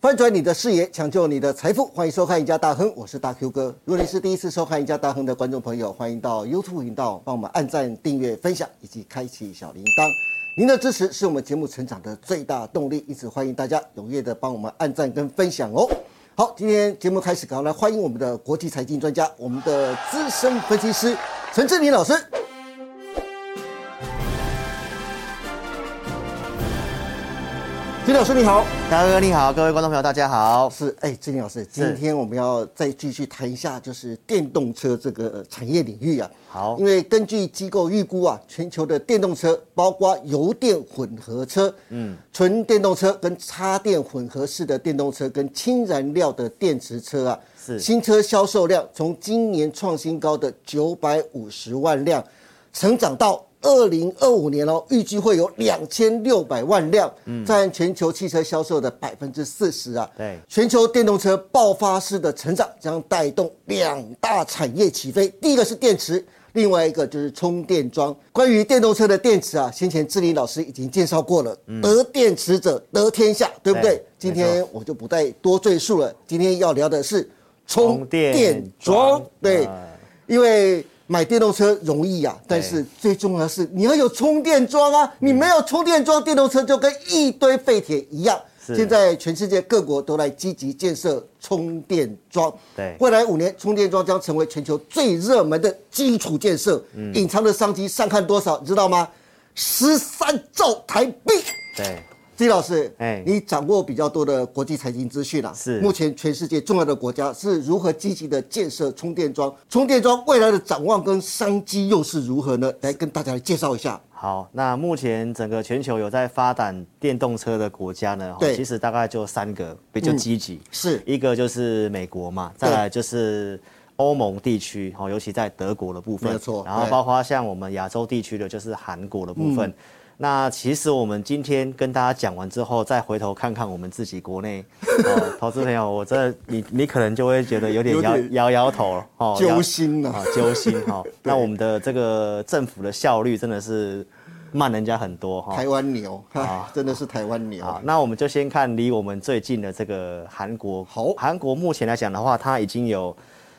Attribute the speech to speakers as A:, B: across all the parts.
A: 翻转你的视野，抢救你的财富，欢迎收看《赢家大亨》，我是大 Q 哥。如果您是第一次收看《赢家大亨》的观众朋友，欢迎到 YouTube 频道帮我们按赞、订阅、分享以及开启小铃铛。您的支持是我们节目成长的最大动力，因此欢迎大家踊跃的帮我们按赞跟分享哦。好，今天节目开始，赶快来欢迎我们的国际财经专家，我们的资深分析师陈志林老师。金老师你好，
B: 大哥你好，各位观众朋友大家好。
A: 是哎，志林老师，今天我们要再继续谈一下，就是电动车这个呃产业领域啊。
B: 好
A: 因为根据机构预估啊，全球的电动车，包括油电混合车、嗯，纯电动车跟插电混合式的电动车跟氢燃料的电池车啊，
B: 是
A: 新车销售量从今年创新高的九百五十万辆，成长到二零二五年哦，预计会有两千六百万辆，占全球汽车销售的百分之四十啊。
B: 对
A: 全球电动车爆发式的成长将带动两大产业起飞，第一个是电池。另外一个就是充电桩。关于电动车的电池啊，先前志林老师已经介绍过了，得电池者得天下，对不对
B: 嗯对？
A: 今天我就不再多赘述了。今天要聊的是充电桩
B: 充电桩，
A: 对
B: 啊，
A: 因为买电动车容易啊，但是最重要的是你要有充电桩啊，
B: 嗯
A: 你没有充电桩，电动车就跟一堆废铁一样。
B: 是
A: 现在全世界各国都来积极建设充电桩，
B: 对
A: 未来五年充电桩将成为全球最热门的基础建设，
B: 嗯
A: 隐藏的商机上看多少，你知道吗？十三兆台币。
B: 对，
A: 季老师，哎
B: 哎，
A: 你掌握比较多的国际财经资讯啦、啊
B: 是
A: 目前全世界重要的国家是如何积极的建设充电桩？充电桩未来的展望跟商机又是如何呢？来跟大家来介绍一下。
B: 好，那目前整个全球有在发展电动车的国家呢，哦
A: 对嗯
B: 其实大概就三个比较积极，
A: 是
B: 一个就是美国嘛，再来就是。欧盟地区，哦，尤其在德国的部分，
A: 没有错
B: 然后
A: 对嗯
B: 包括像我们亚洲地区的，就是韩国的部分。那其实我们今天跟大家讲完之后，再回头看看我们自己国 内，哦、投资朋友，我真的，你你可能就会觉得有点
A: 有
B: 摇
A: 点
B: 摇摇头，哦，摇
A: 揪心啊
B: 啊，揪心哈。那我们的这个政府的效率真的是慢人家很多哈。
A: 台湾牛，
B: 哦
A: 哎，真的是台湾牛。
B: 好，那我们就先看离我们最近的这个韩国。
A: 好
B: 韩国目前来讲的话，它已经有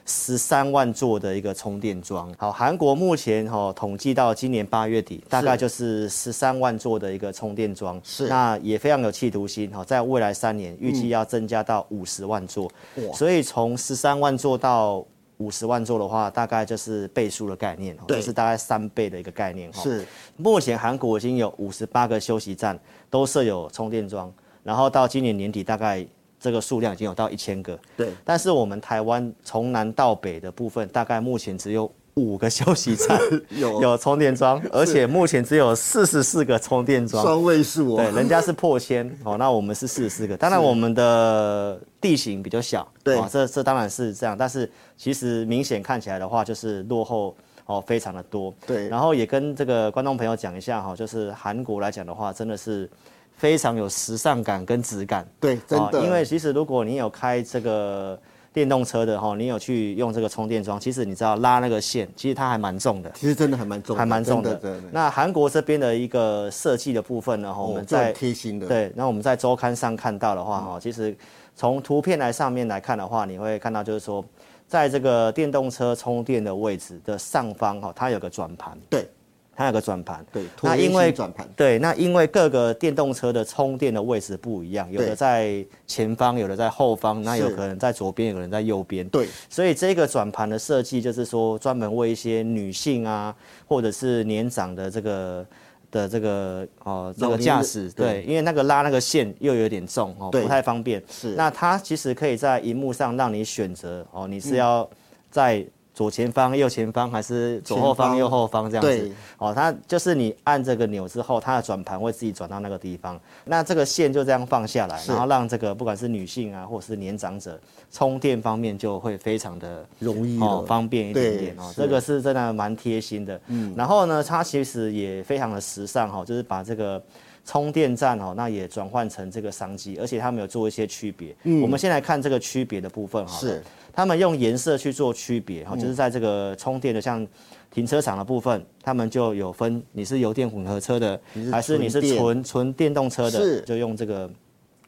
B: 十三万座的一个充电桩。好，韩国目前哈、哦、统计到今年八月底，大概就是十三万座的一个充电桩。
A: 是嗯
B: 那也非常有企图心哈、哦，在未来三年预计要增加到五十万座。
A: 哇
B: 所以从十三万座到五十万座的话，大概就是倍数的概念，哦
A: 对
B: 就是大概三倍的一个概念。哦
A: 是
B: 目前韩国已经有五十八个休息站都设有充电桩，然后到今年年底大概这个数量已经有到一千个。
A: 对
B: 但是我们台湾从南到北的部分，大概目前只有五个休息站
A: 有
B: 有充电桩，而且目前只有四十四个充电桩。
A: 双位数
B: 对，
A: 哦，
B: 人家是破千哦，那我们是四十四个。当然，我们的地形比较小，
A: 对
B: 哦这这当然是这样。但是其实明显看起来的话，就是落后哦非常的多。
A: 对
B: 然后也跟这个观众朋友讲一下哈、就是韩国来讲的话，真的是非常有时尚感跟质感。
A: 对，真
B: 哦
A: 的，
B: 因为其实如果你有开这个电动车的哈、你有去用这个充电桩，其实你知道拉那个线，其实它还蛮重的。
A: 其实真的还蛮重的，
B: 还蛮重
A: 真
B: 的。
A: 的，真的。哦
B: 那韩国这边的一个设计的部分呢，哦哈、我们
A: 这很
B: 在
A: 贴心的
B: 对，那我们在周刊上看到的话，
A: 嗯
B: 哈、其实从图片来上面来看的话，你会看到就是说，在这个电动车充电的位置的上方，哈、它有个转盘，
A: 对
B: 它有个转盘。
A: 对，椭
B: 那
A: 圆
B: 因为
A: 形转盘，
B: 对，那因为各个电动车的充电的位置不一样，有
A: 对
B: 的在前方，有的在后方，那有
A: 是
B: 可能在左边，有可能在右边。
A: 对，
B: 所以这个转盘的设计就是说，专门为一些女性啊，或者是年长的这个的这个哦、这
A: 老
B: 个
A: 年
B: 驾
A: 人
B: 驶，
A: 对
B: 对，因为那个拉那个线又有点重哦，
A: 对
B: 不太方便。
A: 是
B: 那它其实可以在荧幕上让你选择哦，你
A: 嗯
B: 是要在左前方、右前方，还是左
A: 前
B: 后方、
A: 方
B: 右后方这样子
A: 对？
B: 哦，它就是你按这个钮之后，它的转盘会自己转到那个地方。那这个线就这样放下来，
A: 是
B: 然后让这个不管是女性啊，或者是年长者，充电方面就会非常的
A: 容易
B: 哦
A: 了，
B: 方便一点点
A: 对
B: 哦，
A: 是
B: 这个是真的蛮贴心的。嗯，然后呢，它其实也非常的时尚哈、哦，就是把这个。充电站哦，那也转换成这个商机，而且他们有做一些区别。嗯，我们先来看这个区别的部分哈。
A: 是，
B: 他们用颜色去做区别
A: 嗯
B: 哈，就是在这个充电的像停车场的部分，他们就有分你是油电混合车的，
A: 你是
B: 还是你是
A: 纯电
B: 纯纯电动车的，
A: 是嗯
B: 就用这个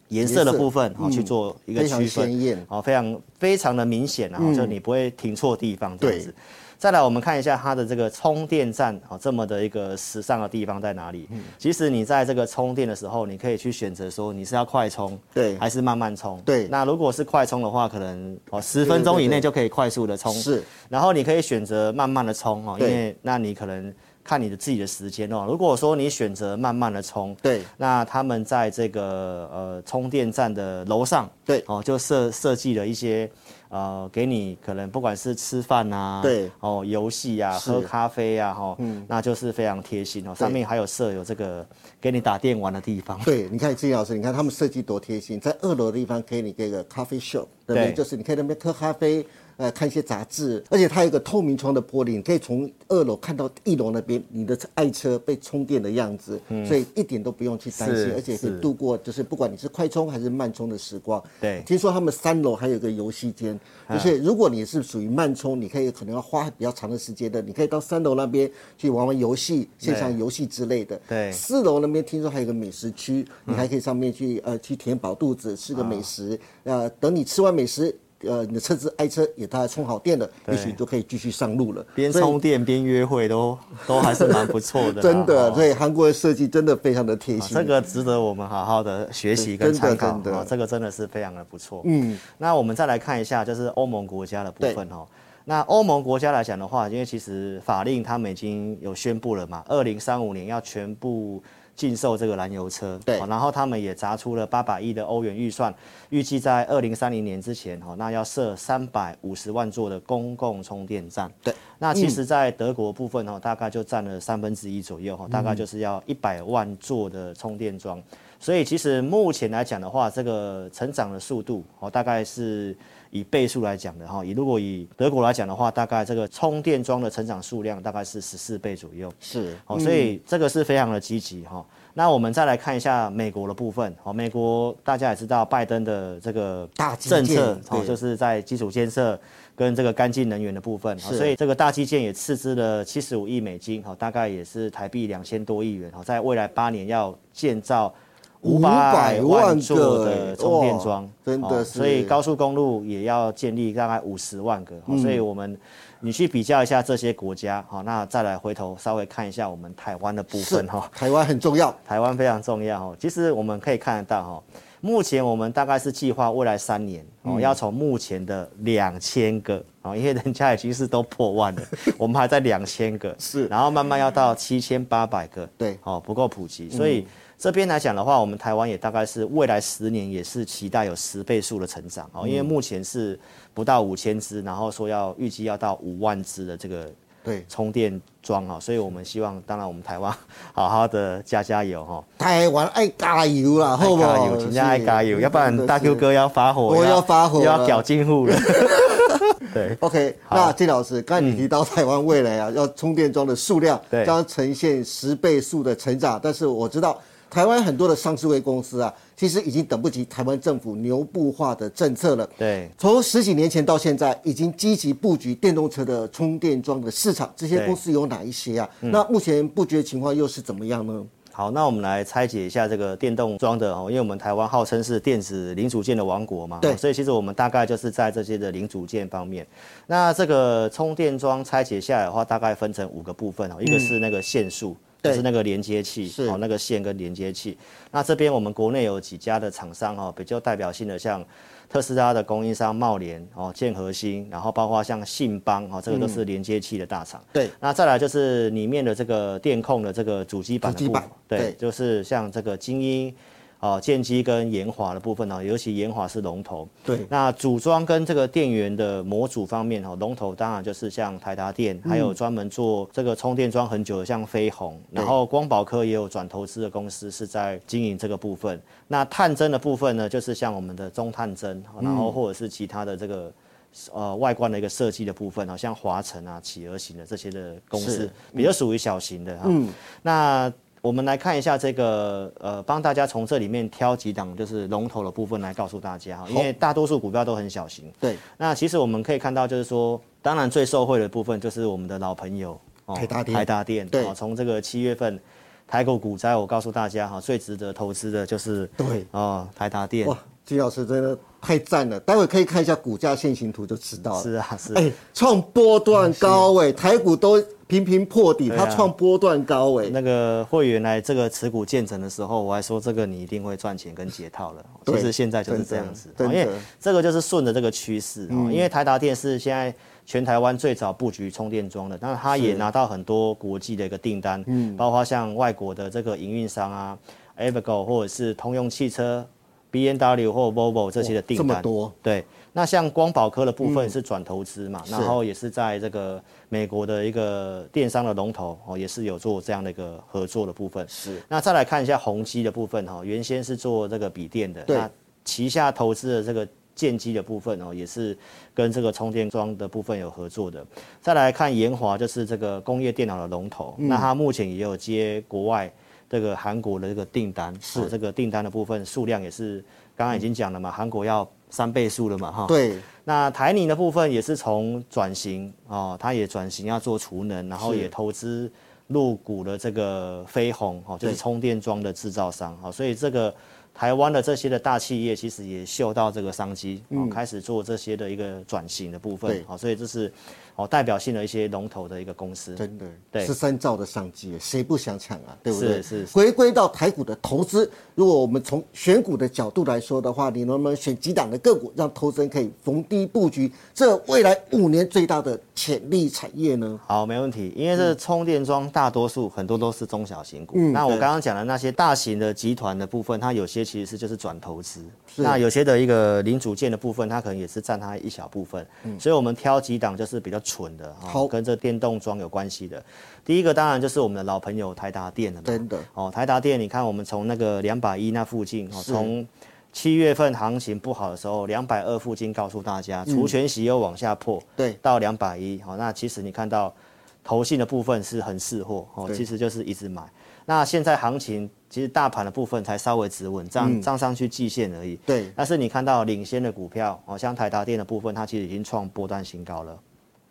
B: 颜色的部分好去做一个
A: 非常
B: 区分，哦
A: 鲜艳嗯
B: 好非常非常的明显啊，就你不会停错地方这样
A: 对
B: 子。再来，我们看一下它的这个充电站啊、哦，这么的一个时尚的地方在哪里？
A: 嗯
B: 其实你在这个充电的时候，你可以去选择说你是要快充，
A: 对
B: 还是慢慢充，
A: 对
B: 那如果是快充的话，可能哦
A: 对
B: 十
A: 对
B: 分钟
A: 对
B: 以内就可以快速的充，
A: 是。
B: 然后你可以选择慢慢的充哦，因
A: 对
B: 为那你可能看你的自己的时间哦。如果说你选择慢慢的充，
A: 对
B: 那他们在这个呃充电站的楼上，
A: 对
B: 哦，就设设计了一些呃，给你可能不管是吃饭啊，
A: 对，
B: 哦，游戏啊，
A: 是嗯
B: 喝咖啡啊，哈、那就是非常贴心哦。上面还有设有这个给你打电玩的地方，
A: 对，你看金老师，你看他们设计多贴心，在二楼的地方给你这个咖啡 shop，对不对？
B: 对
A: 就是你可以在那边喝咖啡，呃，看一些杂志，而且它有一个透明窗的玻璃，你可以从二楼看到一楼那边你的爱车被充电的样子，所以一点都不用去担心
B: 嗯是，
A: 而且可以
B: 是
A: 度过就是不管你是快充还是慢充的时光。
B: 对啊
A: 听说他们三楼还有一个游戏间，而且如果你是属于慢充，你可以可能要花比较长的时间的，你可以到三楼那边去玩玩游戏，线上游戏之类的。
B: 对
A: 四楼那边听说还有个美食区，你
B: 嗯
A: 还可以上面去呃去填饱肚子，
B: 啊
A: 吃个美食。呃，等你吃完美食，呃，你的车子爱车也大概充好电了，也
B: 对
A: 许你就可以继续上路了。
B: 边
A: 所以
B: 充电边约会都都还是蛮不错 的啦，
A: 真的，
B: 哦
A: 所以韩国的设计真的非常的贴
B: 啊
A: 心。
B: 这个值得我们好好的学
A: 对
B: 习跟
A: 真的
B: 参考
A: 真的
B: 啊，这个真的是非常的不错。嗯，那我们再来看一下，就是欧盟国家的部分哈。那欧盟国家来讲的话，因为其实法令他们已经有宣布了嘛，二零三五年要全部禁售这个燃油车。
A: 对
B: 好然后他们也砸出了八百亿的欧元预算，预计在二零三零年之前哈，那要设三百五十万座的公共充电站。
A: 对，
B: 那其实，在德国部分哦，大概就占了三分之一左右哈，大概就是要一百万座的充电桩。所以其实目前来讲的话，这个成长的速度哦，大概是以倍数来讲的哈。以如果以德国来讲的话，大概这个充电桩的成长数量大概是十四倍左右。
A: 是
B: 哦，所以这个是非常的积极哈。那我们再来看一下美国的部分，哦，美国大家也知道拜登的这个
A: 大基建
B: 政策，哦
A: 对，
B: 就是在基础建设跟这个干净能源的部分，哦
A: 是
B: 所以这个大基建也斥资了七十五亿美金，哦，大概也是台币两千多亿元，哦，在未来八年要建造。五
A: 500
B: 百
A: 万
B: 万
A: 个
B: 座的充电
A: 哇
B: 桩，
A: 真的
B: 哦
A: 是
B: 所以高速公路也要建立大概五十万个，
A: 嗯
B: 哦所以我们你去比较一下这些国家，好，那再来回头稍微看一下我们台湾的部
A: 嗯是
B: 分哈，
A: 台湾很重要。
B: 台湾非常重要哦。其实我们可以看得到哈，目前我们大概是计划未来三年
A: 嗯
B: 哦，要从目前的两千个哦，因为人家已经是都破万 了，我们还在两千个，
A: 是
B: 然后慢慢要到七千八百个，
A: 对嗯
B: 哦不够普及，所以。这边来讲的话，我们台湾也大概是未来十年也是期待有十倍数的成长哦，因为目前是不到五千只，然后说要预计要到五万只的这个
A: 对，
B: 充电桩哈，所以我们希望，当然我们台湾 好好的加加油哈，
A: 台湾爱加油啦，好不
B: 加
A: 好？
B: 油，请大家
A: 是
B: 加油，要不然大 Q。
A: 真的是
B: 哥要发火，
A: 我要发火
B: 又
A: 了
B: 要搞进户了。 对，
A: OK，
B: 好嗯
A: 那金老师，刚才你提到台湾未来啊，要充电桩的数量
B: 对
A: 将呈现十倍数的成长，但是我知道台湾很多的上市会公司啊，其实已经等不及台湾政府牛步化的政策了。
B: 对
A: 从十几年前到现在，已经积极布局电动车的充电桩的市场，这些
B: 对嗯
A: 公司有哪一些啊？那目前布局的情况又是怎么样呢？
B: 好，那我们来拆解一下这个电动桩的哦，因为我们台湾号称是电子零组件的王国嘛，哦
A: 对
B: 所以其实我们大概就是在这些的零组件方面。那这个充电桩拆解下来的话，大概分成五个部分哦，一个是那个线束。
A: 嗯对
B: 就是那个连接器，
A: 是
B: 哦，那个线跟连接器。那这边我们国内有几家的厂商哦，比较代表性的，像特斯拉的供应商茂联哦、建和兴，然后包括像信邦哦，这个都
A: 嗯
B: 是连接器的大厂。
A: 对
B: 那再来就是里面的这个电控的这个主机板
A: 主
B: 的
A: 机
B: 部
A: 板
B: 分，
A: 对
B: 对，就是像这个精英。哦，建机跟研华的部分哦，尤其研华是龙头。
A: 对
B: 那组装跟这个电源的模组方面哦，龙头当然就是像台达电，还
A: 嗯
B: 有专门做这个充电桩很久的像飞鸿，然后光宝科也有转投资的公司是在经营这个部分。那探针的部分呢，就是像我们的中探针，哦然后或者是其他的这个。呃，外观的一个设计的部分，好像华晨啊、企鹅型的这些的公司，
A: 是
B: 比较属于小型的哈。那我们来看一下这个，呃，帮大家从这里面挑几档就是龙头的部分来告诉大家哈，因为大多数股票都很小型。
A: 对，
B: 那其实我们可以看到，就是说，当然最受惠的部分就是我们的老朋友，哦
A: 台达电
B: 台达电，
A: 对
B: 哦从这个七月份。台股股灾，我告诉大家哈，最值得投资的就是
A: 对
B: 哦，台达电
A: 哇，金老师真的太赞了，待会可以看一下股价线形图就知道了。
B: 是啊是啊
A: 哎、创波段高位，台股都频频破底，
B: 对
A: 它
B: 啊
A: 创波段高哎位。
B: 那个会员来这个持股见证的时候，我还说这个你一定会赚钱跟解套了。哦
A: 对
B: 其实现在就是这样子，哦
A: 真
B: 因
A: 的
B: 为
A: 真的嗯
B: 这个就是顺着这个趋势啊。因为台达电是现在全台湾最早布局充电桩的，但是它也拿到很多国际的一个订单，
A: 嗯
B: 包括像外国的这个营运商啊 a v g o 或者是通用汽车、B N W 或 Volvo 这些的订
A: 这
B: 单。
A: 么多，
B: 对，那像光宝科的部分是转投资嘛，然后也是在这个美国的一个电商的龙头哦，也是有做这样的一个合作的部分。
A: 是，
B: 那再来看一下宏基的部分哈、哦，原先是做这个笔电的，
A: 对
B: 那旗下投资的这个建机的部分哦，也是跟这个充电桩的部分有合作的。再来看研华，就是这个工业电脑的龙头，那它目前也有接国外这个韩国的这个订单，是、这个订单的部分数量也是刚刚已经讲了嘛，韩、国要三倍数了嘛哈。
A: 对，
B: 那台泥的部分也是从转型哦，它也转型要做储能，然后
A: 是
B: 也投资入股了这个飞鸿哦，就是
A: 对
B: 充电桩的制造商哦，所以这个台湾的这些的大企业其实也嗅到这个商机哦，开始做这些的一个转型的部分
A: 嗯对
B: 哦，所以这是哦代表性的一些龙头的一个公司。
A: 真的，
B: 对
A: 十三兆的商机，谁不想抢啊？对不对？
B: 是是是
A: 回归到台股的投资，如果我们从选股的角度来说的话，你能不能选几档的个股，让投资人可以逢低布局这未来五年最大的潜力产业呢？
B: 好，没问题，因为
A: 嗯
B: 这充电桩大多数很多都是中小型股。那我
A: 对
B: 刚刚讲的那些大型的集团的部分，它有些其实是就是转投资，
A: 是
B: 那有些的一个零组件的部分，它可能也是占它一小部分。所以我们挑几档就是比较蠢的，
A: 嗯好
B: 哦，跟这电动桩有关系的。第一个当然就是我们的老朋友台达电了嘛，
A: 真的
B: 哦，台达电，你看我们从那个两百一那附近，哦，从七月份行情不好的时候，两百二附近告诉大家，
A: 嗯
B: 除权息又往下破，
A: 对
B: 到两百一，好，那其实你看到投信的部分是很识货，哦，其实就是一直买。那现在行情其实大盘的部分才稍微止稳，站站上去季线而已。
A: 对
B: 但是你看到领先的股票，哦，像台达电的部分，它其实已经创波段新高了，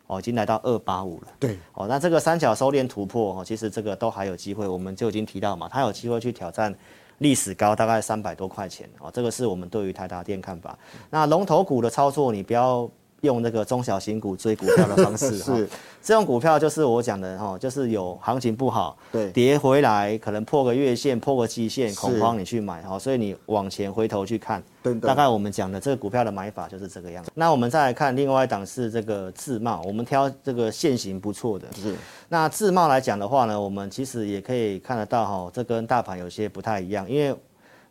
B: 哦，已经来到二八五了。
A: 对，
B: 哦，那这个三角收敛突破哦，其实这个都还有机会，我们就已经提到嘛，它有机会去挑战历史高，大概三百多块钱哦，这个是我们对于台达电看法。
A: 嗯
B: 那龙头股的操作，你不要用那个中小型股追股票的 方式
A: 是
B: 哦，这种股票就是我讲的哦，就是有行情不好，
A: 对
B: 跌回来可能破个月线、破个季线，恐慌你去买哦，所以你往前回头去看，
A: 真的
B: 大概我们讲的这个股票的买法就是这个样子。那我们再来看另外一档是这个自贸，我们挑这个现行不错的。
A: 是
B: 那自贸来讲的话呢，我们其实也可以看得到哈、这跟大盘有些不太一样，因为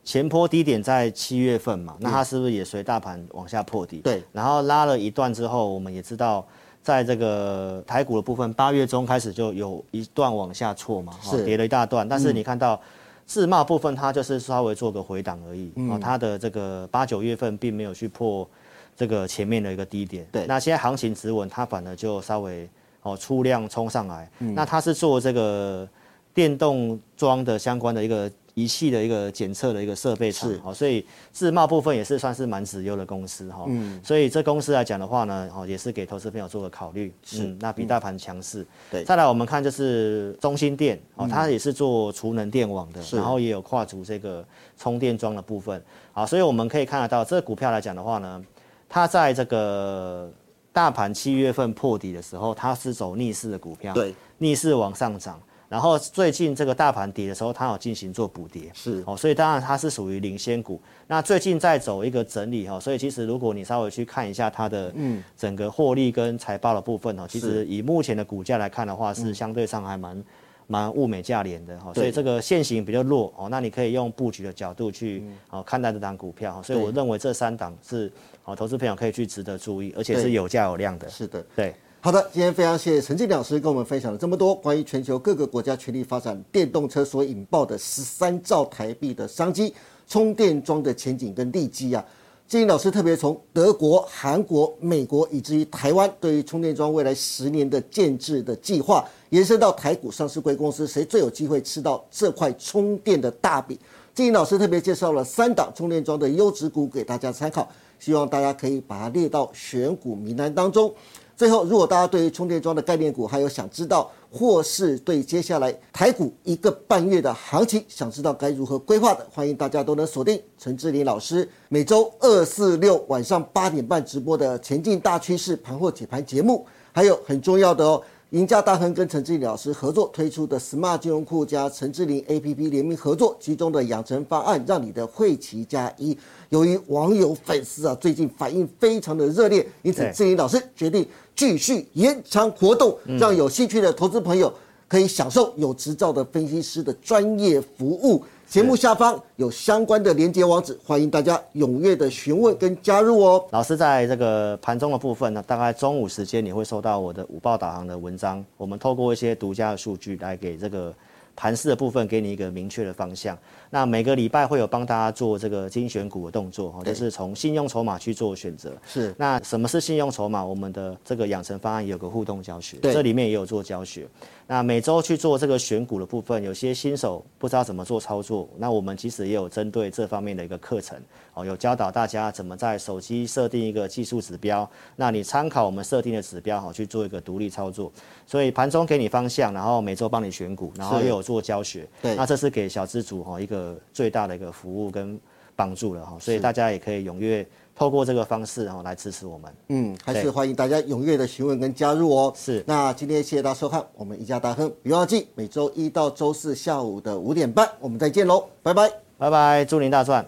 B: 前波低点在七月份嘛，那它是不是也随大盘往下破底？
A: 嗯对
B: 然后拉了一段之后，我们也知道。在这个台股的部分，八月中开始就有一段往下挫嘛，哦
A: 是嗯
B: 跌了一大段。但是你看到自贸部分，它就是稍微做个回档而已。
A: 嗯
B: 哦，它的这个八九月份并没有去破这个前面的一个低点。
A: 对
B: 那现在行情止稳，它反而就稍微哦出量冲上来。
A: 嗯
B: 那它是做这个电动桩的相关的一个仪器的一个检测的一个设备厂
A: 是，
B: 哦，所以自贸部分也是算是蛮子优的公司哈、哦。
A: 嗯
B: 所以这公司来讲的话呢，哦，也是给投资朋友做个考虑。嗯，那比大盘强势。
A: 对嗯
B: 再来我们看就是中心电哦，它也是做储能电网的，然后也有跨足这个充电桩的部分啊，所以我们可以看得到，这个股票来讲的话呢，它在这个大盘七月份破底的时候，它是走逆势的股票，
A: 对，
B: 逆势往上涨。然后最近这个大盘跌的时候，它有进行做补跌，
A: 是
B: 哦，所以当然它是属于领先股。那最近在走一个整理哦，所以其实如果你稍微去看一下它的整个获利跟财报的部分哦，其实以目前的股价来看的话，是相对上还蛮蛮物美价廉的哈、哦，所以这个现行比较弱哦，那你可以用布局的角度去、哦看待这档股票、哦，所以我认为这三档是哦投资朋友可以去值得注意，而且是
A: 对
B: 有价有量的，
A: 是的。
B: 对。
A: 好的，今天非常谢谢陈静老师跟我们分享了这么多关于全球各个国家全力发展电动车所引爆的十三兆台币的商机、充电桩的前景跟利基啊。静老师特别从德国、韩国、美国以至于台湾对于充电桩未来十年的建制的计划，延伸到台股上市贵公司，谁最有机会吃到这块充电的大饼？静怡老师特别介绍了三档充电桩的优质股给大家参考，希望大家可以把它列到选股名单当中。最后，如果大家对于充电桩的概念股还有想知道或是对接下来台股一个半月的行情，想知道该如何规划的，欢迎大家都能锁定陈志林老师每周二、四、六晚上八点半直播的《前进大趋势盘后解盘》节目，还有很重要的哦。赢家大亨跟陈志林老师合作推出的 Smart 金融库加陈志林 APP 联名合作，其中的养成方案让你的汇齐加一。由于网友粉丝啊最近反应非常的热烈，因此
B: 对
A: 志林老师决定继续延长活动，让有兴趣的投资朋友可以享受有执照的分析师的专业服务。节目下方有相关的连接网址，欢迎大家踊跃的询问跟加入哦。
B: 老师在这个盘中的部分呢，大概中午时间你会收到我的午报导航的文章，我们透过一些独家的数据来给这个盘势的部分给你一个明确的方向。那每个礼拜会有帮大家做这个精选股的动作，哦
A: 对
B: 就是从信用筹码去做选择。
A: 是
B: 那什么是信用筹码？我们的这个养成方案也有个互动教学，
A: 对
B: 这里面也有做教学。那每周去做这个选股的部分，有些新手不知道怎么做操作，那我们其实也有针对这方面的一个课程哦，有教导大家怎么在手机设定一个技术指标，那你参考我们设定的指标好哦去做一个独立操作。所以盘中给你方向，然后每周帮你选股，然后
A: 是
B: 又有做教学。
A: 对
B: 那这是给小资主哈一个最大的一个服务跟帮助了哈，所以大家也可以踊跃透过这个方式哈来支持我们。
A: 嗯，还是
B: 对
A: 欢迎大家踊跃的询问跟加入哦。
B: 是
A: 那今天谢谢大家收看我们一家大亨，别忘记每周一到周四下午的五点半，我们再见喽，拜拜。
B: 拜拜，祝您大赚！